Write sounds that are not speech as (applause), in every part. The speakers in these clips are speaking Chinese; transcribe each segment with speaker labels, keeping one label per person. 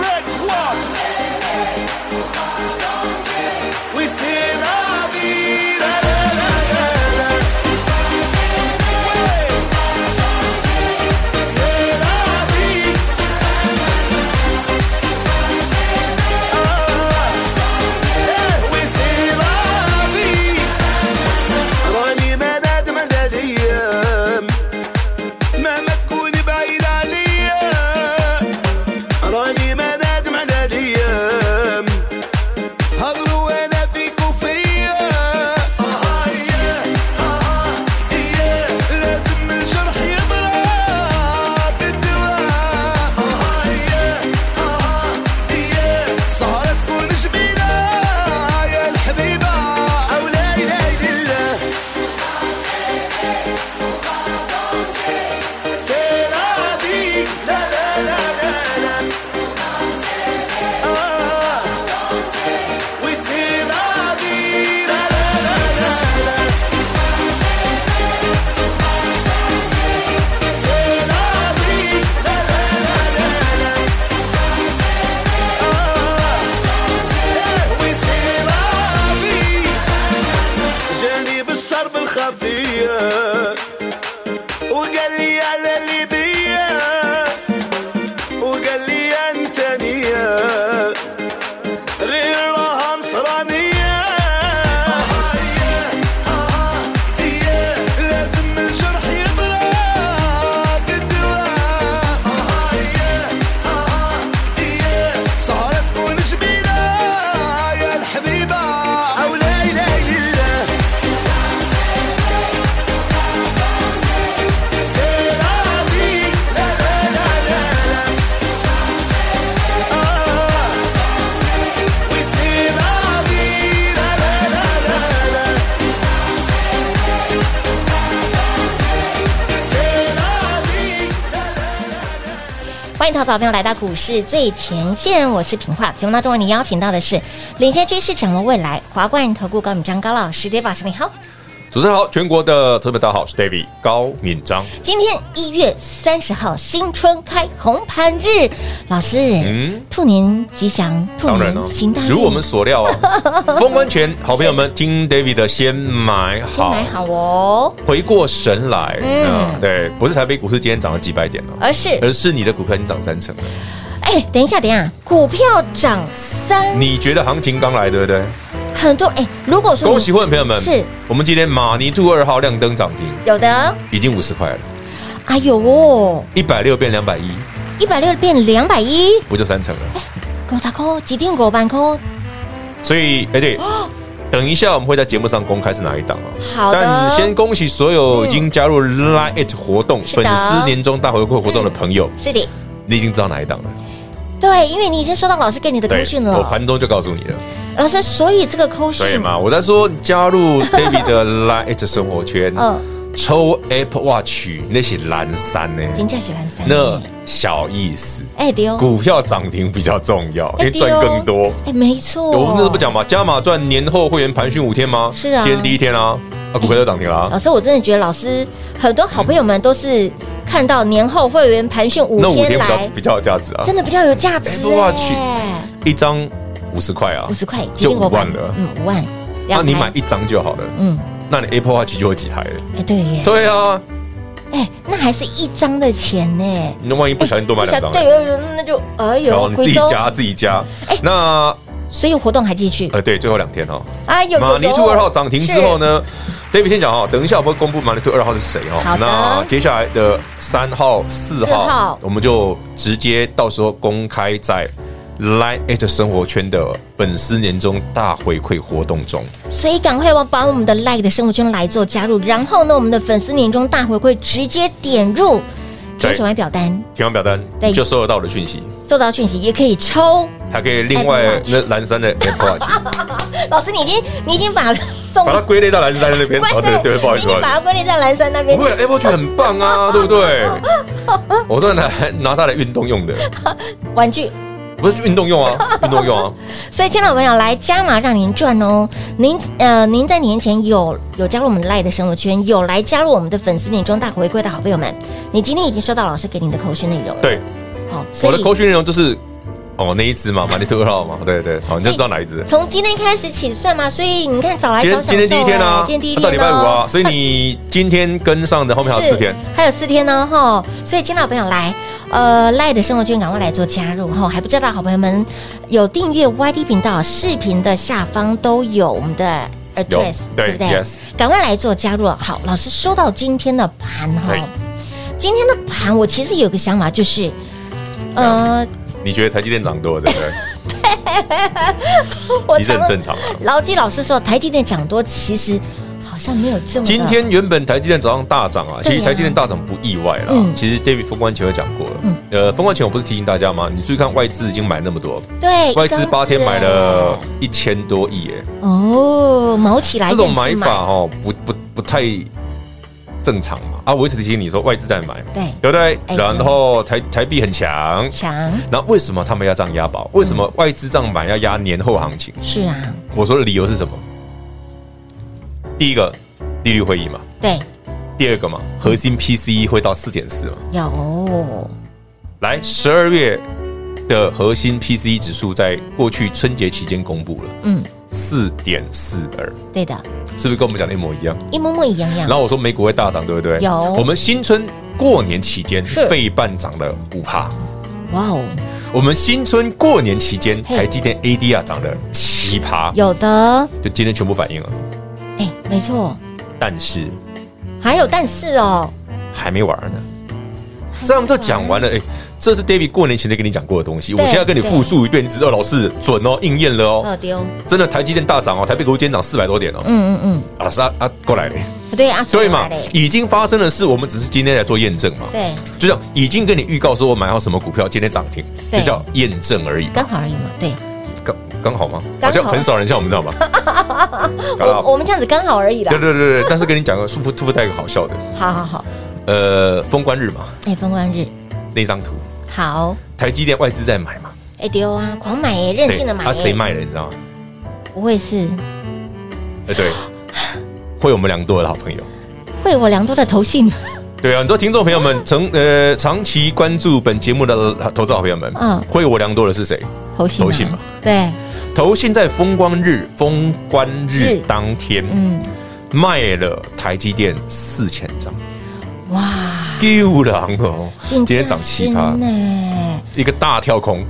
Speaker 1: Red Cross. We say la vida. La, la, la, la. Wey. Say la vida. Ah. Eh, we say la vida. غني ما نادم على الايام ما ما تكوني بعيد عليا راني ما نادم على الايام هضروا انا فيك وفيا لازم الجرح يضرب بالدواء سهرة تكون جميلة يا الحبيبة او لا اله الا الله سير عادي. لا لا لا لا لا We see la vida, la la la la. Say la vida, la la la la la. Ah, we see la vida. جاني بالشرب الخفية وقال لي على اللي بيا وقال لي انت نيه غير راها نصرانية لازم الجرح يضرب بالدواء سهرة تكون جميلة يا الحبيبة أو لا إله إلا الله سير عادي. لا لا لا لا لا آه. We say la vida, la la la la. Say la vida, la la.
Speaker 2: 欢迎投资早朋友来到股市最前线，我是平化。节目当中为您邀请到的是领先趋势、掌握未来华冠投顾高敏章高老师，David 老师你好。
Speaker 3: 主持人好，全国的特别大家好，我是 David 高敏章。
Speaker 2: 今天一月三十号，新春开红盘日，老师，
Speaker 3: 嗯
Speaker 2: 兔年吉祥，兔
Speaker 3: 当然
Speaker 2: 年
Speaker 3: 哦
Speaker 2: 行大运，
Speaker 3: 如我们所料
Speaker 2: (laughs)
Speaker 3: 啊，封关前，好朋友们听 David 的先买
Speaker 2: 先
Speaker 3: 好，
Speaker 2: 买好哦，
Speaker 3: 回过神来。
Speaker 2: 嗯哎
Speaker 3: 嗯，对，不是台北股市今天涨了几百点哦，
Speaker 2: 而是，
Speaker 3: 而是你的股票已经涨三成了。
Speaker 2: 哎，等一下，等一下，股票涨三，
Speaker 3: 你觉得行情刚来，对不对？
Speaker 2: 很多哎，如果说你
Speaker 3: 恭喜会员朋友们，
Speaker 2: 是
Speaker 3: 我们今天马尼兔二号亮灯涨停，
Speaker 2: 有的，
Speaker 3: 已经五十块了，
Speaker 2: 哎呦哦，
Speaker 3: 一百六变两百一，
Speaker 2: 一百六变两百一，
Speaker 3: 不就三成了？
Speaker 2: 五十块，几点五万块，
Speaker 3: 所以，哎、对，等一下我们会在节目上公开是哪一档哦。
Speaker 2: 好的
Speaker 3: 但先恭喜所有已经加入 Line It 活动、
Speaker 2: 是的
Speaker 3: 粉丝年终大回馈活动的朋友，
Speaker 2: 是的，
Speaker 3: 你已经知道哪一档了。
Speaker 2: 对，因为你已经收到老师给你的通讯
Speaker 3: 我
Speaker 2: 了，
Speaker 3: 盘中就告诉你了，
Speaker 2: 老师，所以这个扣讯
Speaker 3: 对，嘛？我在说加入 David 的 Line It 生活圈，
Speaker 2: 嗯，
Speaker 3: 抽 Apple Watch 那是蓝山呢、
Speaker 2: 金价是蓝三，
Speaker 3: 那小意思。
Speaker 2: 哎对哦，
Speaker 3: 股票涨停比较重要，
Speaker 2: 哎
Speaker 3: 因为赚更多。
Speaker 2: 哎，没错，
Speaker 3: 我们那时候不讲嘛，加码赚年后会员盘讯五天吗？
Speaker 2: 是啊
Speaker 3: 今天第一天啊，啊，股票就涨停了啊。
Speaker 2: 老师，我真的觉得老师很多好朋友们都是看到年后会员盘讯五
Speaker 3: 嗯那五
Speaker 2: 天
Speaker 3: 天比
Speaker 2: 来
Speaker 3: 较，比较有价值啊，
Speaker 2: 真的比较有价值、哎
Speaker 3: Apple Watch 一张五十块啊
Speaker 2: 五，十块
Speaker 3: 就
Speaker 2: 一定
Speaker 3: 五万
Speaker 2: 够
Speaker 3: 了
Speaker 2: 嗯，五万。
Speaker 3: 那
Speaker 2: 两
Speaker 3: 你
Speaker 2: 台
Speaker 3: 买，一张就好了，
Speaker 2: 嗯，
Speaker 3: 那你 Apple Watch 就有几台了。
Speaker 2: 哎、对耶，
Speaker 3: 对啊，
Speaker 2: 哎、那还是一张的钱呢。
Speaker 3: 那万一不小心多买两张
Speaker 2: 对，
Speaker 3: 呢，
Speaker 2: 哎呦那就哎
Speaker 3: 然后
Speaker 2: 呦，
Speaker 3: 你自
Speaker 2: 贵
Speaker 3: 己
Speaker 2: 州，
Speaker 3: 加自己加
Speaker 2: 哎。
Speaker 3: 那
Speaker 2: 所以活动还继续。
Speaker 3: 呃，对，最后两天哦，
Speaker 2: 哎呦，
Speaker 3: 马尼兔二号涨停之后
Speaker 2: 呢？
Speaker 3: 呢，David 先讲哦，等一下我会公布马尼兔二号是谁
Speaker 2: 好
Speaker 3: 哦。
Speaker 2: 的
Speaker 3: 那接下来的三号、四
Speaker 2: 四号
Speaker 3: 号，我们就直接到时候公开在 Line H 生活圈的粉丝年终大回馈活动中。
Speaker 2: 是所以赶快往把我们的 Like 的生活圈来做加入，然后呢，我们的粉丝年终大回馈直接点入填写完表单，
Speaker 3: 填完表单
Speaker 2: 对
Speaker 3: 就收得到我的讯息，
Speaker 2: 收到讯息也可以
Speaker 3: (laughs)
Speaker 2: 抽。
Speaker 3: 还可以另外
Speaker 2: Apple Watch
Speaker 3: 那蓝山的哎 Apple
Speaker 2: (laughs)
Speaker 3: Watch
Speaker 2: 老师，你已经你已经把重
Speaker 3: 把它
Speaker 2: (laughs)
Speaker 3: 归类到蓝山那边。哦，对对，不好意
Speaker 2: 你已
Speaker 3: 思，
Speaker 2: 经
Speaker 3: 不好意思
Speaker 2: 把。它归类在蓝山那边
Speaker 3: 不会。，Apple 哎 Watch 很
Speaker 2: (laughs)
Speaker 3: 棒啊，对不对？我都拿拿它来运动用的，
Speaker 2: 玩具。
Speaker 3: 不是运动用啊，运动
Speaker 2: (laughs)
Speaker 3: 用啊。
Speaker 2: 所以，亲爱的朋友，来加码让您赚哦！您呃，您在年前有有加入我们赖的生活圈，有来加入我们的粉丝年终大回馈的好朋友们，你今天已经收到老师给你的口讯内容了。
Speaker 3: 对，
Speaker 2: 好，所
Speaker 3: 我的
Speaker 2: 以
Speaker 3: 口讯内容就是哦那一只嘛，马里特号嘛，对对，好，你就知道哪一只。
Speaker 2: 从今天开始起算嘛，所以你看早来
Speaker 3: 今
Speaker 2: 早享
Speaker 3: 天
Speaker 2: 受
Speaker 3: 今天第一天啊，
Speaker 2: 今天第一
Speaker 3: 到
Speaker 2: 天
Speaker 3: 礼拜五
Speaker 2: 哦
Speaker 3: 啊， (laughs) 所以你今天跟上的后面还有四天，
Speaker 2: 是，还有四天呢，吼！所以，亲爱的朋友来，呃，赖的生活圈赶快来做加入，吼！还不知道的好朋友们有订阅 YT 频道，视频的下方都有我们的 address，
Speaker 3: 对
Speaker 2: 不对
Speaker 3: yes
Speaker 2: 赶快来做加入。啊好，老师说到今天的盘哈
Speaker 3: 对，
Speaker 2: 今天的盘我其实有个想法，就是，呃，
Speaker 3: 你觉得台积电涨多对
Speaker 2: (laughs)
Speaker 3: 不对？
Speaker 2: 我
Speaker 3: 其实
Speaker 2: 常
Speaker 3: 很正
Speaker 2: 常
Speaker 3: 常啊。
Speaker 2: 牢记老师说，台积电涨多，其实好像没有这么的
Speaker 3: 今天原本台积电早上大涨啊，其
Speaker 2: 嗯对
Speaker 3: 实
Speaker 2: 呀
Speaker 3: 台积电大涨不意外啦
Speaker 2: 嗯。
Speaker 3: 其实 David 封关前有讲过了
Speaker 2: 嗯，
Speaker 3: 呃，封关前我不是提醒大家吗？你注意看外资已经买那么多，
Speaker 2: 对
Speaker 3: 外资八
Speaker 2: 啊
Speaker 3: 天买
Speaker 2: 了。
Speaker 3: 了一千多亿，耶，
Speaker 2: 哦，毛起来
Speaker 3: 这种买
Speaker 2: 认识
Speaker 3: 法哦，不不不太正常嘛。啊，我一直提醒你说外资在买，
Speaker 2: 对
Speaker 3: 对不
Speaker 2: 哎
Speaker 3: 对？然后台台币很强，
Speaker 2: 强
Speaker 3: 那为什么他们要这样押宝？为什么外资这样买要押年后行情？
Speaker 2: 是啊，
Speaker 3: 我说的理由是什么？第一个利率会议嘛，
Speaker 2: 对，
Speaker 3: 第二个嘛，核心 PCE 会到四点四嘛。
Speaker 2: 有
Speaker 3: 来，十二月的核心 PCE 指数在过去春节期间公布了
Speaker 2: 嗯，
Speaker 3: 四点四二，
Speaker 2: 对的，
Speaker 3: 是不是跟我们讲的一模一样？
Speaker 2: 一模模一样样
Speaker 3: 然，后我说美股会大涨，对不对？
Speaker 2: 有
Speaker 3: 我们新春过年期间，
Speaker 2: 是
Speaker 3: 费半涨了五趴。
Speaker 2: 哇哦，
Speaker 3: 我们新春过年期间，
Speaker 2: 嘿
Speaker 3: 台积电 ADR 涨了七趴，
Speaker 2: 有的，
Speaker 3: 就今天全部反应了。
Speaker 2: 哎，没错，
Speaker 3: 但是
Speaker 2: 还有但是哦，
Speaker 3: 还没玩呢。这样就讲完了，哎、这是 David 过年前就跟你讲过的东西，我
Speaker 2: 对
Speaker 3: 现在跟你复述一遍，你知道老师准哦，应验了哦，
Speaker 2: 二丢，
Speaker 3: 真的台积电大涨哦，台北股今天涨四百多点哦，
Speaker 2: 嗯嗯
Speaker 3: 啊老师啊啊过来嘞，
Speaker 2: 嗯，对啊，
Speaker 3: 所以嘛
Speaker 2: 手拿嘞，
Speaker 3: 已经发生的事，我们只是今天来做验证嘛，
Speaker 2: 对，
Speaker 3: 就像已经跟你预告说我买好什么股票，今天涨停，
Speaker 2: 对
Speaker 3: 就叫验证而已嘛，
Speaker 2: 刚好而已嘛，对，
Speaker 3: 刚刚好吗？
Speaker 2: 刚好
Speaker 3: 好
Speaker 2: 啊
Speaker 3: 像很少人像我们这样吧，
Speaker 2: (laughs)
Speaker 3: 好
Speaker 2: 我
Speaker 3: 了，
Speaker 2: 我们这样子刚好而已啦
Speaker 3: 对，对对对，但是跟你讲个附附附带一个好笑的，
Speaker 2: 好好好，
Speaker 3: 呃，封关日嘛，
Speaker 2: 哎，封关日
Speaker 3: 那张图，
Speaker 2: 好，
Speaker 3: 台积电外资在买嘛，
Speaker 2: 哎丢啊，狂买耶，任
Speaker 3: 对，
Speaker 2: 性的买耶，
Speaker 3: 啊谁卖的你知道吗？
Speaker 2: 不会是
Speaker 3: 哎，对，会我们良多的好朋友。
Speaker 2: 惠我良多的投信，
Speaker 3: 对啊，很多听众朋友
Speaker 2: 嗯
Speaker 3: 们长呃长期关注本节目的呃投资好朋友们，
Speaker 2: 嗯
Speaker 3: 会我良多的是谁？
Speaker 2: 投信，
Speaker 3: (laughs) 投信嘛，
Speaker 2: 对，
Speaker 3: 投信在风光日封关日
Speaker 2: 日
Speaker 3: 当天
Speaker 2: 嗯，
Speaker 3: 卖了台积电四千张，
Speaker 2: 哇，
Speaker 3: 丢狼哦！今天涨七趴
Speaker 2: 真，呢。
Speaker 3: 一个大跳空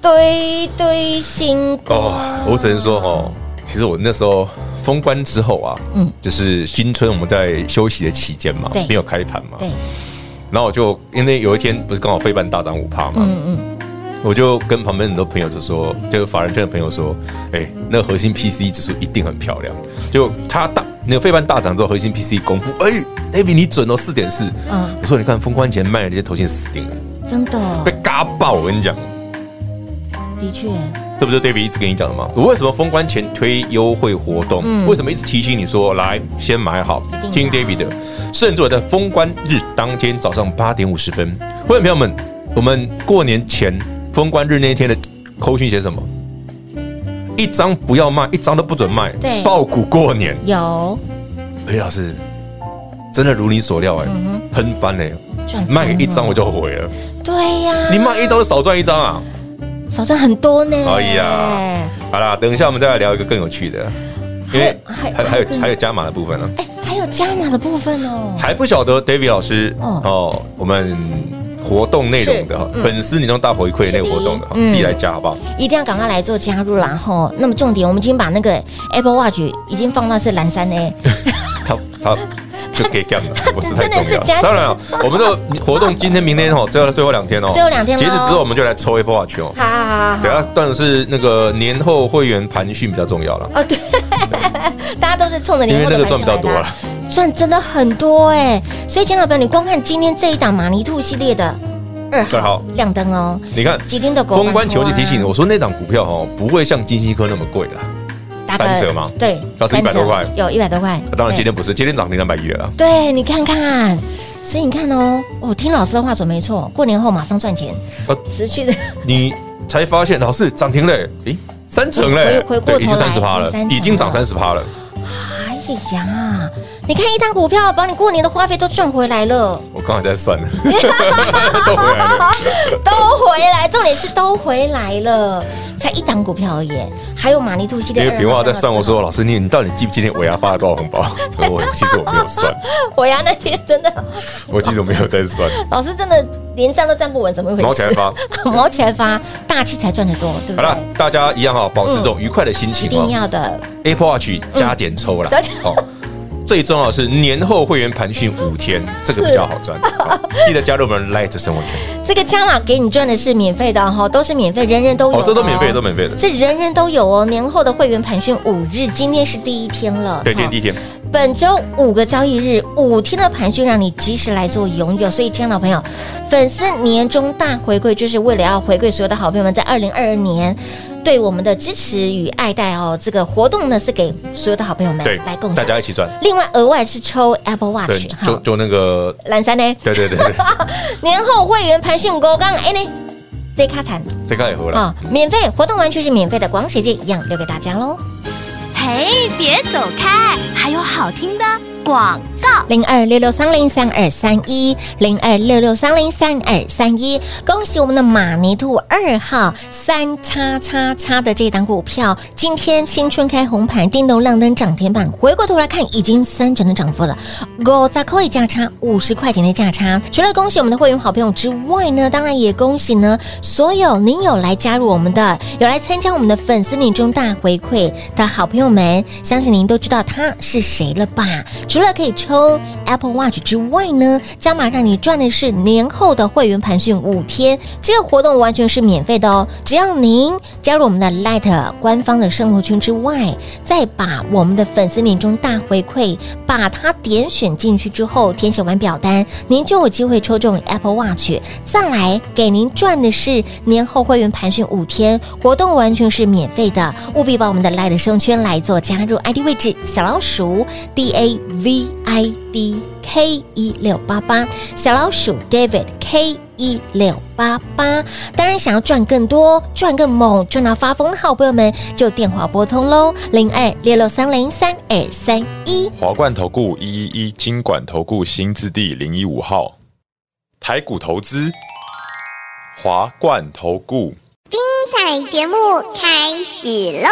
Speaker 2: 堆堆星光。
Speaker 3: 哦！我只能说哦，其实我那时候封关之后啊，
Speaker 2: 嗯
Speaker 3: 嗯，就是新春我们在休息的期间嘛
Speaker 2: 对，
Speaker 3: 没有开盘嘛，
Speaker 2: 对，
Speaker 3: 然后我就因为有一天不是刚好飞半大涨五趴嘛，
Speaker 2: 嗯嗯，
Speaker 3: 我就跟旁边很多朋友就说，就是法人圈的朋友说，哎、那个核心 PC 指数一定很漂亮。就它大那个费半大涨之后，核心 PC 公布，哎、d a v i d 你准哦，四点四。
Speaker 2: 嗯
Speaker 3: 我说你看封关前卖的这些头线死定了，
Speaker 2: 真的
Speaker 3: 被
Speaker 2: 哦，
Speaker 3: 嘎爆。我跟你讲，
Speaker 2: 的确，
Speaker 3: 这不就 David 一直跟你讲的吗？我为什么封关前推优惠活动？
Speaker 2: 嗯
Speaker 3: 为什么一直提醒你说来先买好
Speaker 2: 一定的？
Speaker 3: 听 David 的，甚至我在封关日当天早上八点五十分，会员朋友们，我们过年前封关日那一天的扣讯写什么？一张不要卖，一张都不准卖，
Speaker 2: 对
Speaker 3: 爆股过年。
Speaker 2: 有
Speaker 3: 哎，老师，真的如你所料哎、
Speaker 2: 嗯哼
Speaker 3: 喷翻哎、
Speaker 2: 赚翻了
Speaker 3: 卖给一张我就悔了，
Speaker 2: 对呀，
Speaker 3: 你卖一张就少赚一张啊！
Speaker 2: 少赚很多呢。
Speaker 3: 哎呀，好啦，等一下我们再来聊一个更有趣的，因为
Speaker 2: 还
Speaker 3: 还还有还有加码的部分呢、
Speaker 2: 哎，还有加码的部分哦，
Speaker 3: 还不晓得 David 老师
Speaker 2: 哦
Speaker 3: 哦，我们活动内容的哈
Speaker 2: 是嗯
Speaker 3: 粉丝年终大回馈那个活动的哈，
Speaker 2: 是的嗯
Speaker 3: 自己来加好不好？
Speaker 2: 一定要赶快来做加入啦吼。那么重点，我们已经把那个 Apple Watch 已经放到是蓝山
Speaker 3: (laughs)
Speaker 2: 呢，
Speaker 3: 他他就给干了，不是太
Speaker 2: 真的
Speaker 3: 重
Speaker 2: 是
Speaker 3: 要
Speaker 2: 加。
Speaker 3: 当然了，我们这个活动今天、明天哦，最后最后两天哦，
Speaker 2: 最后两天咯
Speaker 3: 截止之后我们就来抽 Apple Watch 哦。
Speaker 2: 好好好好
Speaker 3: 对。啊，当然是那个年后会员盘讯比较重要了。
Speaker 2: 哦，对，大家都是冲着
Speaker 3: 因
Speaker 2: 年
Speaker 3: 为
Speaker 2: 后
Speaker 3: 那
Speaker 2: 的盘
Speaker 3: 个赚比较多
Speaker 2: 上来
Speaker 3: 了
Speaker 2: 的啊，赚真的很多哎、所以，亲老朋友，你光看今天这一档马尼兔系列的
Speaker 3: (laughs)
Speaker 2: 二
Speaker 3: 二号
Speaker 2: 号亮灯哦，
Speaker 3: 你看，
Speaker 2: 吉林的狗
Speaker 3: 封关
Speaker 2: 球
Speaker 3: 球就提醒我说，那档股票哦，不会像金星科那么贵啦。
Speaker 2: 打个
Speaker 3: 三折吗
Speaker 2: 对，
Speaker 3: 要是
Speaker 2: 三
Speaker 3: 100多
Speaker 2: 折
Speaker 3: 块
Speaker 2: 有一百多块
Speaker 3: 啊。当然
Speaker 2: 对
Speaker 3: 今天不是，今天涨停两百一了啦。
Speaker 2: 对你看看，所以你看哦，我听老师的话准没错，过年后马上赚钱，
Speaker 3: 啊
Speaker 2: 持续的
Speaker 3: 你才发现老师涨停嘞，诶，三成
Speaker 2: 回
Speaker 3: 嘞，
Speaker 2: 回过
Speaker 3: 对，已经
Speaker 2: 头来
Speaker 3: 三十趴了
Speaker 2: 三成，了
Speaker 3: 已经涨三十趴了。
Speaker 2: 哎呀，你看一档股票把你过年的花费都赚回来了，
Speaker 3: 我刚才在
Speaker 2: (laughs)
Speaker 3: 算呢，都回来了。
Speaker 2: 都回来，重点是都回来了，才一档股票而已。还有马尼兔系
Speaker 3: 因
Speaker 2: 列，
Speaker 3: 为平话在算，我说老师你你到底记不记得我牙发了多少红包？我其实我没有算，
Speaker 2: (laughs) 我呀那天真的，
Speaker 3: 我其实我没有在算，
Speaker 2: 老师真的连站都站不稳，怎么回
Speaker 3: 毛起来
Speaker 2: 事？
Speaker 3: 发。
Speaker 2: (laughs) 毛起来发，大气才赚得多，对不
Speaker 3: 好了
Speaker 2: 对？，
Speaker 3: 大家一样哈，保持这种
Speaker 2: 嗯
Speaker 3: 愉快的心
Speaker 2: 一
Speaker 3: 情哦
Speaker 2: 定要的，
Speaker 3: Apple Watch 加减抽啦
Speaker 2: 嗯加减，
Speaker 3: 哦，最重要的是年后会员盘讯五
Speaker 2: (laughs)
Speaker 3: 天，这个比较好赚。好记得加入我们 Light 生活圈，
Speaker 2: (laughs) 这个加码给你赚的是免费的哈，都是免费，人人都有
Speaker 3: 哦，这都免费，
Speaker 2: 哦
Speaker 3: 都免费的。
Speaker 2: 这人人都有哦。年后的会员盘讯五日，今天是第一天了。
Speaker 3: 对，今天第一天，
Speaker 2: 本周五个交易日，五天的盘讯让你及时来做拥有。所以，亲爱的朋友，粉丝年终大回馈就是为了要回馈所有的好朋友们在二零二二年对我们的支持与爱戴哦。这个活动呢是给所有的好朋友们
Speaker 3: 对
Speaker 2: 来共，
Speaker 3: 大
Speaker 2: 享。
Speaker 3: 家一起赚。
Speaker 2: 另外，额外是抽 Apple
Speaker 3: 对，
Speaker 2: Watch
Speaker 3: 就
Speaker 2: 哈，
Speaker 3: 就那个，
Speaker 2: 蓝山呢？
Speaker 3: 对对
Speaker 2: (laughs)
Speaker 3: 对对，
Speaker 2: 年后会员盘讯高刚哎呢，这卡谈
Speaker 3: 这个也合了
Speaker 2: 啊，。免费活动完全是免费的，广喜界一样留给大家喽。
Speaker 4: 嘿，别走开，还有好听的广告。
Speaker 2: 零二六六三零三二三一，零二六六三零三二三一。恭喜我们的马尼兔二号三叉叉叉的这档股票，今天新春开红盘，叮咚亮灯涨停板。回过头来看，已经三成的涨幅了，五十块价差，五十块钱的价差。除了恭喜我们的会员好朋友之外呢，当然也恭喜呢所有您有来加入我们的，有来参加我们的粉丝年终大回馈的好朋友们，相信您都知道他是谁了吧？除了可以抽 Apple Watch 之外呢，加码让你赚的是年后的会员盘讯五天，这个活动完全是免费的哦。只要您加入我们的 Light 官方的生活圈之外，再把我们的粉丝年终大回馈，把它点选进去之后，填写完表单，您就有机会抽中 Apple Watch。再来给您赚的是年后会员盘讯五天，活动完全是免费的，务必把我们的 Light 生圈来做加入，ID 位置小老鼠 D A V I D K 一六八八，小老鼠 David K。一六八八，当然想要赚更多、赚更猛、赚到发疯的好朋友们，就电话拨通喽，零二六六三零三二三一。
Speaker 5: 华冠投顾一一一金管投顾新字第零一五号，台股投资，华冠投顾。
Speaker 6: 彩节目开始喽！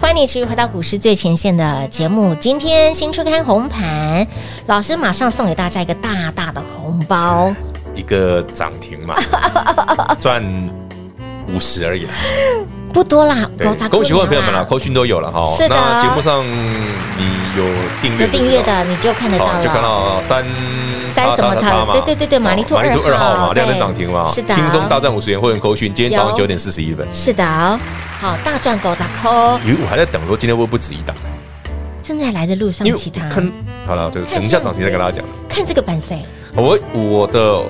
Speaker 2: 欢迎你持续回到股市最前线的节目。今天新春开红盘，老师马上送给大家一个大大的红包，
Speaker 3: 一个涨停
Speaker 2: (laughs)
Speaker 3: 嘛，赚五十而已啦。
Speaker 2: 不多啦，
Speaker 3: 对
Speaker 2: 五十，
Speaker 3: 恭喜各
Speaker 2: 块
Speaker 3: 位朋友们啦，
Speaker 2: 啦
Speaker 3: 扣讯都有了哈。
Speaker 2: 啊是的
Speaker 3: 那节目上你有订阅
Speaker 2: 有
Speaker 3: 就知道
Speaker 2: 订阅的你就看得到
Speaker 3: 哦就看
Speaker 2: 了。
Speaker 3: 到三
Speaker 2: 三
Speaker 3: 叉
Speaker 2: 什么
Speaker 3: 叉
Speaker 2: 叉
Speaker 3: 叉嘛，
Speaker 2: 对对对对马尼兔
Speaker 3: 哦马尼兔
Speaker 2: 二
Speaker 3: 二
Speaker 2: 号
Speaker 3: 号嘛，
Speaker 2: 对
Speaker 3: 亮灯涨停嘛，
Speaker 2: 是的
Speaker 3: 轻松大战五十元会员扣讯，今天早上
Speaker 2: 有
Speaker 3: 九点四十一分。
Speaker 2: 是的哦，好大赚狗砸扣，
Speaker 3: 咦，我还在等说今天会不会不止一档，
Speaker 2: 正在来的路上
Speaker 3: 因为
Speaker 2: 其他
Speaker 3: 我看好了，对，
Speaker 2: 看
Speaker 3: 等一下涨停再跟大家讲。
Speaker 2: 看这个版谁
Speaker 3: 我我的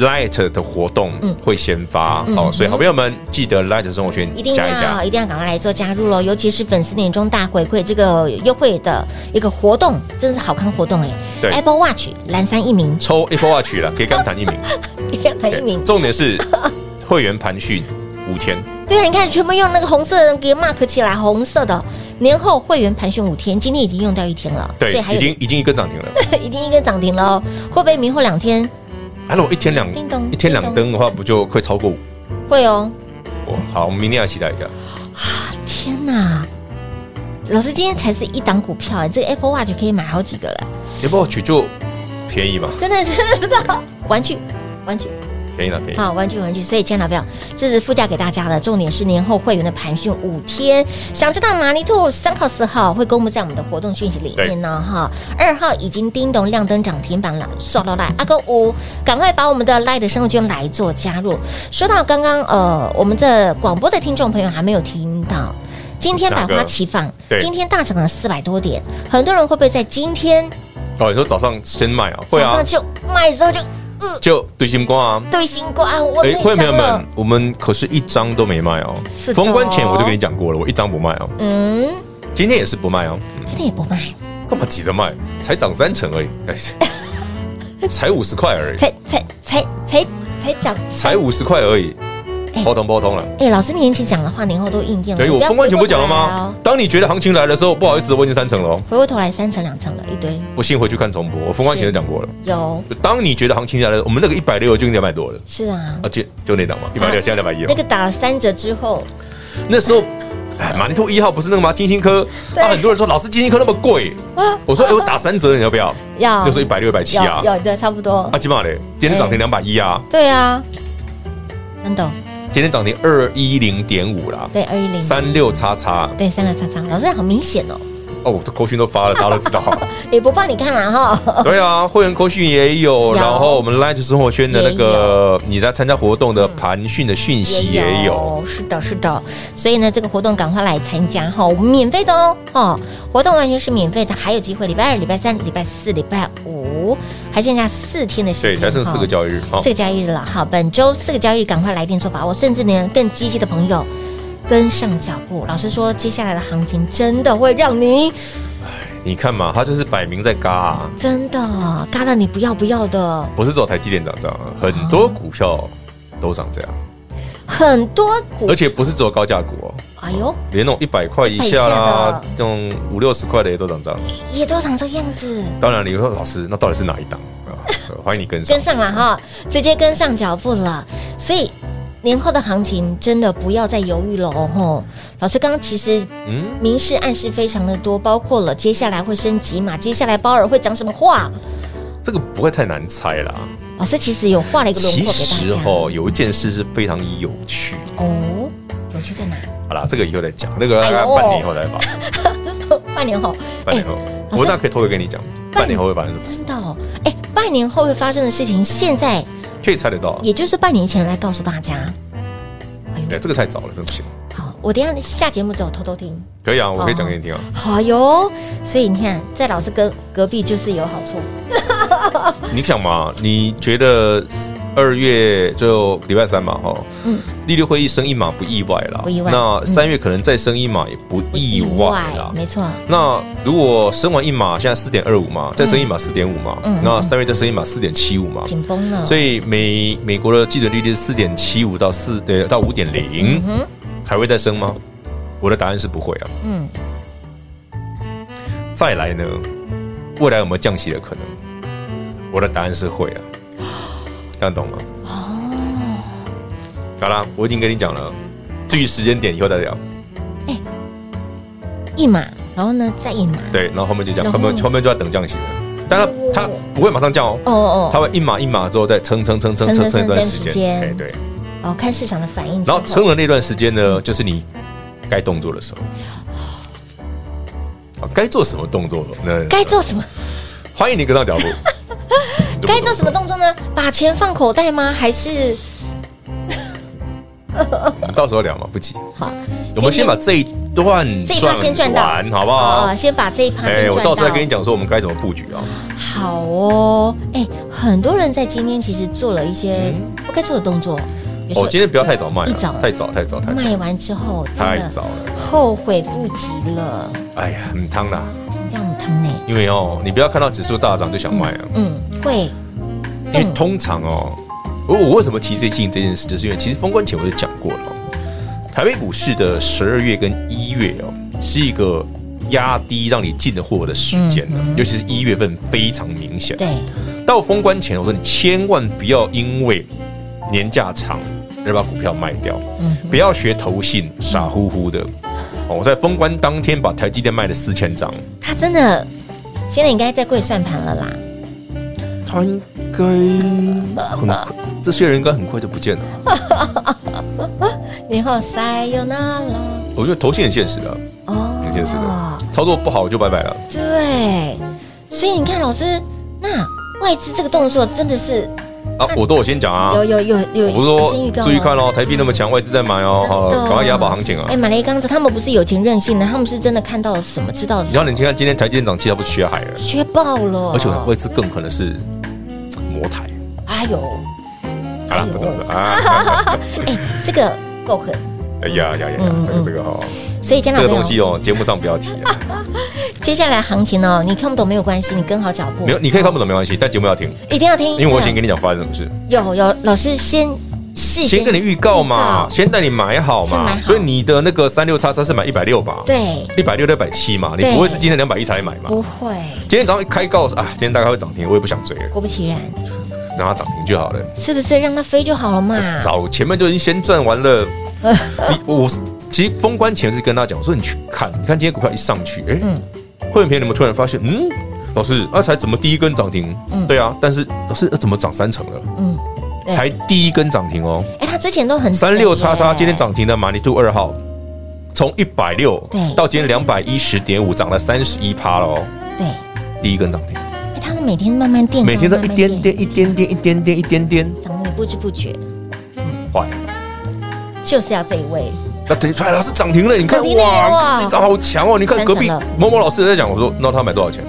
Speaker 3: Light 的活动
Speaker 2: 嗯
Speaker 3: 会先发
Speaker 2: 嗯
Speaker 3: 哦，
Speaker 2: 嗯
Speaker 3: 所以好朋友们记得 Light 生活圈
Speaker 2: 一定
Speaker 3: 加一加
Speaker 2: 要。一定要赶快来做加入喽！尤其是粉丝年终大回馈这个优惠的一个活动，真的是好看活动哎、
Speaker 3: 对
Speaker 2: Apple Watch 蓝山一名，
Speaker 3: 抽 Apple Watch 了，可以刚谈一名，
Speaker 2: (laughs) 两台一名
Speaker 3: 对，重点是会员盘讯五天，
Speaker 2: 对啊，你看，全部用那个红色的给 mark 起来，红色的。年后会员盘旋五天，今天已经用掉一天了，
Speaker 3: 对
Speaker 2: 所以，还
Speaker 3: 已
Speaker 2: 有
Speaker 3: 经已经一根涨停了。
Speaker 2: (laughs) 已经一根涨停了哦，会不会明后两天
Speaker 3: 啊，如果一天两
Speaker 2: 叮咚
Speaker 3: 一天两灯的话，不就会超过五？
Speaker 2: 会哦？
Speaker 3: 哇，好，我们明天来期待一下。
Speaker 2: 天哪！老师今天才是一档股票哎，这个 Apple Watch 可以买好几个了， (laughs)
Speaker 3: Apple Watch 就便宜嘛，
Speaker 2: 真的是不知道玩具玩具
Speaker 5: 便宜了，便宜了。
Speaker 2: 好，玩具玩具，所以亲爱的朋友，这是附加给大家的，重点是年后会员的盘讯五天，想知道马尼兔三号、四号会公布在我们的活动讯息里面呢，哈，二号已经叮咚亮灯涨停板了，刷到来，阿哥五，赶快把我们的 l i 的生物圈来做加入。说到刚刚呃，我们这广播的听众朋友还没有听到。今天百
Speaker 5: 哪个
Speaker 2: 花齐放，
Speaker 5: 对
Speaker 2: 今天大涨了四百多点，很多人会不会在今天
Speaker 3: 哦，你说早上先卖啊？
Speaker 2: 早
Speaker 3: 会啊
Speaker 2: 上，就卖之后就呃
Speaker 3: 就对星光啊。
Speaker 2: 对新冠？我
Speaker 3: 哎，
Speaker 2: 没
Speaker 3: 会员朋
Speaker 2: 想
Speaker 3: 友
Speaker 2: 到
Speaker 3: 们，我们可是一张都没卖哦
Speaker 2: 是的哦。
Speaker 3: 封关前我就跟你讲过了，我一张不卖哦，
Speaker 2: 嗯，
Speaker 3: 今天也是不卖哦。嗯
Speaker 2: 今天也不卖。
Speaker 3: 干嘛急着卖？才涨三成而已，
Speaker 2: (laughs)
Speaker 3: 哎才五十块而已，
Speaker 2: 才才才才才涨。
Speaker 3: 才五十块而已
Speaker 2: 哎，
Speaker 3: 包通包通了。
Speaker 2: 哎，老师年前讲的话，年后都应验了。
Speaker 3: 等于我
Speaker 2: 不要
Speaker 3: 封关前
Speaker 2: 回
Speaker 3: 不
Speaker 2: 过头
Speaker 3: 讲了
Speaker 2: 来哦
Speaker 3: 吗？？当你觉得行情来的时候，不好意思，我已经三成了哦。
Speaker 2: 回过头来三层两层了一堆，
Speaker 3: 不信回去看重播，我封关前就讲过了。
Speaker 2: 有
Speaker 3: 就当你觉得行情来了，我们那个一百六就已经两百多了，
Speaker 2: 是啊，
Speaker 3: 啊，就就那档嘛，一百六，现在两百一
Speaker 2: 那
Speaker 3: 了。
Speaker 2: 个打了三折之后，
Speaker 3: 那时候，哎，马尼兔一号不是那个吗？金星科，
Speaker 2: 对
Speaker 3: 啊，很多人说老师金星科那么贵，
Speaker 2: 啊，
Speaker 3: 我说哎，我打三折，你要不要？
Speaker 2: 要
Speaker 3: 那时候一百六、一百七啊
Speaker 2: 有，有对，差不多
Speaker 3: 啊，，起码嘞，今天涨停两百一啊，
Speaker 2: 对啊，真的哦
Speaker 3: 今天涨停二一零点五啦，
Speaker 2: 对二一零
Speaker 3: 三六叉叉
Speaker 2: 对三六叉叉，老师好明显哦，
Speaker 3: 哦，我的扣讯都发了，大家都
Speaker 2: (laughs)
Speaker 3: 知道。
Speaker 2: 也不帮你看了哈，
Speaker 3: 对啊，会员扣讯也有，
Speaker 2: 有嗯
Speaker 3: 然后我们 Light 生活圈的那个你在参加活动的盘讯的讯息也有。
Speaker 2: 是的，是的，所以呢，这个活动赶快来参加哈，免费的哦，哦，活动完全是免费的，还有机会，礼拜二、礼拜三、礼拜四、礼拜五，还剩下四天的时间，
Speaker 3: 对，还剩四个
Speaker 2: 交
Speaker 3: 交易日。哦好
Speaker 2: 四，个交易日了，好，本周四个交易日赶快来电做把握，甚至呢，更积极的朋友。跟上脚步，老师说，接下来的行情真的会让你
Speaker 3: 你看嘛，他就是摆明在嘎、啊，
Speaker 2: 真的嘎到你不要不要的，
Speaker 3: 不是只有台积电涨这样，很多股票都涨这样，
Speaker 2: 很多股
Speaker 3: 而，且不是只有高价股哦，
Speaker 2: 哎呦，
Speaker 3: 连那种一百块以下
Speaker 2: 100以下
Speaker 3: 啦
Speaker 2: 哦的，
Speaker 3: 那种五六十块的也都涨这样。
Speaker 2: 也都长这个样子。
Speaker 3: 当然，你会说老师，那到底是哪一档？啊 (laughs) 欢迎你跟上
Speaker 2: 跟。上了哈，直接跟上脚步了。所以年后的行情真的不要再犹豫了哦吼。老师刚刚其实
Speaker 3: 嗯，
Speaker 2: 明示暗示非常的多，包括了接下来会升级嘛，接下来鲍尔会讲什么话，
Speaker 3: 这个不会太难猜啦。
Speaker 2: 老师其实有画了一个轮
Speaker 3: 其
Speaker 2: 廓给大
Speaker 3: 实
Speaker 2: 家。
Speaker 3: 哦，有一件事是非常有趣的。
Speaker 2: 哦，有趣在哪？
Speaker 3: 好啦，这个以后再讲，那个
Speaker 2: 哎
Speaker 3: 大
Speaker 2: 呦
Speaker 3: 概半年以后才发生，
Speaker 2: 半年后，
Speaker 3: (laughs) 半年后，
Speaker 2: 老
Speaker 3: 我
Speaker 2: 师
Speaker 3: 那可以偷偷跟你讲，半年后会发生什么事，
Speaker 2: 哎真的哦，哎，半年后会发生的事情，现在
Speaker 3: 可以猜得到啊。
Speaker 2: 也就是半年前来告诉大家。哎
Speaker 3: 对，
Speaker 2: 呦，
Speaker 3: 这个太早了，对不起。
Speaker 2: 好，我等一下下节目之后偷偷听。
Speaker 3: 可以啊，我可以讲
Speaker 2: 哦
Speaker 3: 给你听啊。
Speaker 2: 好哟，所以你看，在老师跟隔壁就是有好处。
Speaker 3: 你想嘛，你觉得二月就礼拜三嘛，哈，
Speaker 2: 嗯，
Speaker 3: 利率会议升一码不意外啦，
Speaker 2: 不意外嗯
Speaker 3: 那三月可能再升一码也不意外啊啦。
Speaker 2: 没错，
Speaker 3: 那如果升完一码，现在四点二五嘛，再升一码四点五嘛
Speaker 2: 嗯，
Speaker 3: 那三月再升一码四点七五嘛，
Speaker 2: 紧绷了。
Speaker 3: 所
Speaker 2: 以，
Speaker 3: 以美美国的基准利率是四点七五到四呃到五点零
Speaker 2: 嗯，哼，
Speaker 3: 还会再升吗？我的答案是不会啊。
Speaker 2: 嗯，
Speaker 3: 再来呢，未来有没有降息的可能？我的答案
Speaker 2: (gasps)
Speaker 3: 是会啊。这样懂吗？
Speaker 2: 哦
Speaker 3: 好啦，我已经跟你讲了。至于时间点，以后再聊。
Speaker 2: 一码，然后呢，再一码。
Speaker 3: 对，然后后面就讲，
Speaker 2: 然后
Speaker 3: 后面后面就要等降息了。但它它不会马上降哦，
Speaker 2: 哦
Speaker 3: 它
Speaker 2: 哦
Speaker 3: 会一码一码之后再撑撑撑撑
Speaker 2: 撑
Speaker 3: 撑撑一段
Speaker 2: 撑
Speaker 3: 时
Speaker 2: 时间
Speaker 3: 间。哎，对。
Speaker 2: 哦，哦，看市场的反应之
Speaker 3: 然
Speaker 2: 后。
Speaker 3: 后撑了那段时间呢，就是你该动作的时候。啊，该做什么动作了？那
Speaker 2: 哦该做什么？
Speaker 3: 欢迎你跟
Speaker 2: (laughs)
Speaker 3: 上脚步。
Speaker 2: 该做什么动作呢？把钱放口袋吗？还是
Speaker 3: 我们到时候聊嘛，不急。
Speaker 2: 好？
Speaker 3: 我们先把这一段
Speaker 2: 这一趴先赚到
Speaker 3: 完，好不好
Speaker 2: 哦，？先把这一趴
Speaker 3: 哎，
Speaker 2: 先
Speaker 3: 我
Speaker 2: 赚
Speaker 3: 到时候再跟
Speaker 2: 到
Speaker 3: 你。讲说我们该怎么布局啊。
Speaker 2: 好哦，哎，很多人在今天其实做了一些不该做的动作。比如说
Speaker 3: 嗯哦，今天不要太早卖
Speaker 2: 一早
Speaker 3: 了，太早太早太
Speaker 2: 卖
Speaker 3: 早
Speaker 2: 完之后，真
Speaker 3: 太
Speaker 2: 的
Speaker 3: 早了。
Speaker 2: 后悔不及了，
Speaker 3: 哎呀，很烫啦，
Speaker 2: 这样很疼呢。
Speaker 3: 因为哦，你不要看到指数大涨就想卖啊，
Speaker 2: 嗯，会嗯
Speaker 3: 因为通常哦，我我为什么提这近这件事，就是因为其实封关前我就讲过了哦，台北股市的十二月跟一月哦，是一个压低让你进货的时间呢、尤其是一月份非常明显。
Speaker 2: 嗯对，
Speaker 3: 到封关前，我说你千万不要因为年假长而把股票卖掉，
Speaker 2: 嗯
Speaker 3: 不要学投信傻乎乎的。哦，我在封关当天把台积电卖了四千张，
Speaker 2: 他真的现在应该在跪算盘了啦。
Speaker 3: 他应该很这些人应该很快就不见了。
Speaker 2: 你好，塞有那拉
Speaker 3: 我觉得投信很现实的，
Speaker 2: 哦
Speaker 3: 很现实的，操作不好就拜拜了。
Speaker 2: 对，所以你看，老师，那外资这个动作真的是
Speaker 3: (laughs) 啊，我都有先讲啊，
Speaker 2: 有有有有，
Speaker 3: 我不是
Speaker 2: 先
Speaker 3: 说注意看哦，台币那么强，外资在买哦，好，
Speaker 2: 真的
Speaker 3: 赶快押宝行情啊
Speaker 2: 哎，。买了一缸子，他们不是有钱任性的，他们是真的看到了什么，知道了
Speaker 3: 你
Speaker 2: 什
Speaker 3: 像
Speaker 2: 么，
Speaker 3: 你看今天台积电涨，其实它不是啊缺海了，
Speaker 2: 缺爆了，
Speaker 3: 而且外资更可能是魔台。
Speaker 2: 哎呦，
Speaker 3: 好
Speaker 2: 哎
Speaker 3: 了，
Speaker 2: 呦
Speaker 3: 不多说啊。 (laughs)
Speaker 2: 哎，这个够狠，
Speaker 3: 哎呀呀呀呀
Speaker 2: 嗯，
Speaker 3: 这个这个哦，
Speaker 2: 所以家
Speaker 3: 这
Speaker 2: 长
Speaker 3: 个
Speaker 2: 朋友
Speaker 3: 东，西哦，节目上不要提啊。
Speaker 2: 接下来行情哦，你看不懂没有关系，你跟好脚步，
Speaker 3: 没有，你可以看不懂没关系，但节目要听，
Speaker 2: 一定要听，
Speaker 3: 因为我已经
Speaker 2: 一定
Speaker 3: 跟你讲发生什么事，
Speaker 2: 要有有老师先事
Speaker 3: 先跟你预告嘛，先带你买好
Speaker 2: 先买
Speaker 3: 嘛
Speaker 2: 好，
Speaker 3: 所以你的那个三六叉叉是买一百六吧？
Speaker 2: 对，
Speaker 3: 一百六到一百七嘛，你
Speaker 2: 对
Speaker 3: 不会是今天两百一才买嘛？
Speaker 2: 不会，
Speaker 3: 今天早上一开告啊，今天大概会涨停，我也不想追了，
Speaker 2: 果不其然，
Speaker 3: 让它涨停就好了。
Speaker 2: 是不是让它飞就好了嘛？
Speaker 3: 早前面就已经先赚完了。你我是其实封关前是跟他讲，我说你去看，你看今天股票一上去，哎、
Speaker 2: 嗯
Speaker 3: 会员朋友你们突然发现，嗯，老师，那、才怎么第一根涨停？
Speaker 2: 嗯
Speaker 3: 对啊，但是老师、呃怎么涨三成了？
Speaker 2: 嗯，对
Speaker 3: 才第一根涨停哦，
Speaker 2: 哎，它之前都很
Speaker 3: 三六叉叉
Speaker 2: 耶
Speaker 3: 今天，涨停的马尼兔二号，从一百六
Speaker 2: 对
Speaker 3: 到今天两百一十点五，涨了三十一趴了哦，
Speaker 2: 对，
Speaker 3: 第一根涨停，
Speaker 2: 哎，它每天慢慢垫高，
Speaker 3: 每天都一
Speaker 2: 慢慢
Speaker 3: 点点、一点点、一点点、一点点
Speaker 2: 涨得你不知不觉，
Speaker 3: 坏。
Speaker 2: 就是要这一位，
Speaker 3: 那等于出来老师涨停了，你看
Speaker 2: 涨停了哇
Speaker 3: 哇，这张好强哦！你看
Speaker 2: 三
Speaker 3: 隔壁
Speaker 2: 层了
Speaker 3: 某某老师也在讲，我说那他买多少钱？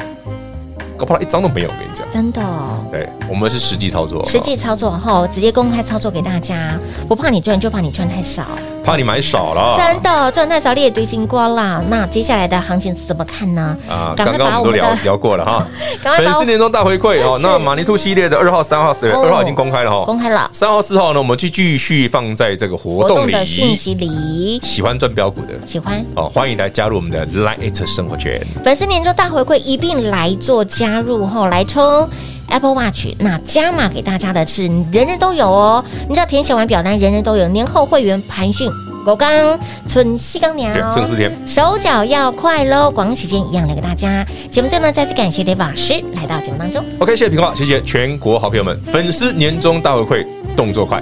Speaker 3: 搞不好他一张都没有，我跟你讲。
Speaker 2: 真的哦。
Speaker 3: 对，我们是实际操作，
Speaker 2: 实际操作后，直接公开操作给大家，不怕你赚，就怕你赚太少。
Speaker 3: 怕你买少了，
Speaker 2: 真的赚太少，你也堆心瓜啦。那接下来的行情是怎么看呢？
Speaker 3: 啊！刚刚我们都聊聊过了哈，
Speaker 2: (laughs) 赶快
Speaker 3: 粉
Speaker 2: 把我
Speaker 3: 丝年终大回馈哦。
Speaker 2: 是
Speaker 3: 那马尼兔系列的二号、三号、四
Speaker 2: 哦
Speaker 3: 二号已经公开了
Speaker 2: 公
Speaker 3: 哈，
Speaker 2: 开了
Speaker 3: 三号、四号呢，我们去继续放在这个活
Speaker 2: 活
Speaker 3: 动
Speaker 2: 动
Speaker 3: 里。
Speaker 2: 的讯息里，
Speaker 3: 喜欢赚标股的
Speaker 2: 喜欢
Speaker 3: 哦，欢迎来加入我们的 Lite 生活圈。
Speaker 2: 粉丝年终大回馈一并来做加入后来冲。Apple Watch，那加码给大家的是人人都有哦。你知道填写完表单，人人都有年后会员盘讯。狗刚存西刚鸟
Speaker 3: 对，剩四天，
Speaker 2: 手脚要快喽！广告时间一样留给大家。节目最后呢，再次感谢 Dave 老师来到节目当中。
Speaker 3: OK，谢谢平话，谢谢全国好朋友们，粉丝年终大回馈，动作快。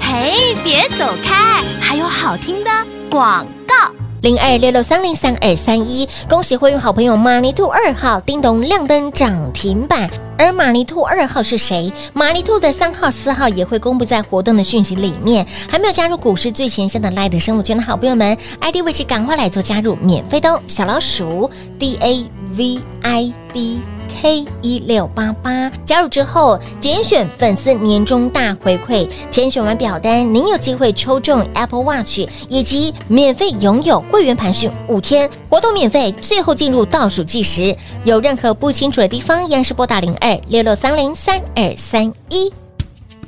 Speaker 4: 嘿，别走开，还有好听的广告。
Speaker 2: 零二六六三零三二三一，恭喜会员好朋友马尼兔二号叮咚亮灯涨停板。而马尼兔二号是谁？马尼兔的三号、四号也会公布在活动的讯息里面。还没有加入股市最前线的 Light 生活圈的好朋友们，ID 位置赶快来做加入，免费的哦！小老鼠 D A V I D。K 一六八八加入之后，点选粉丝年终大回馈，填选完表单，您有机会抽中 Apple Watch 以及免费拥有会员盘讯五天，活动免费，最后进入倒数计时。有任何不清楚的地方，一样是拨打零二六六三零三二三一。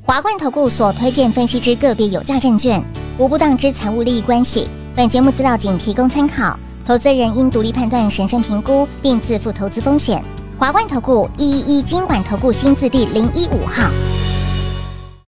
Speaker 6: 华冠投顾所推荐分析之个别有价证券，无不当之财务利益关系。本节目资料仅提供参考，投资人应独立判断、审慎评估，并自负投资风险。华冠投顾一一一金管投顾新字第零一五号。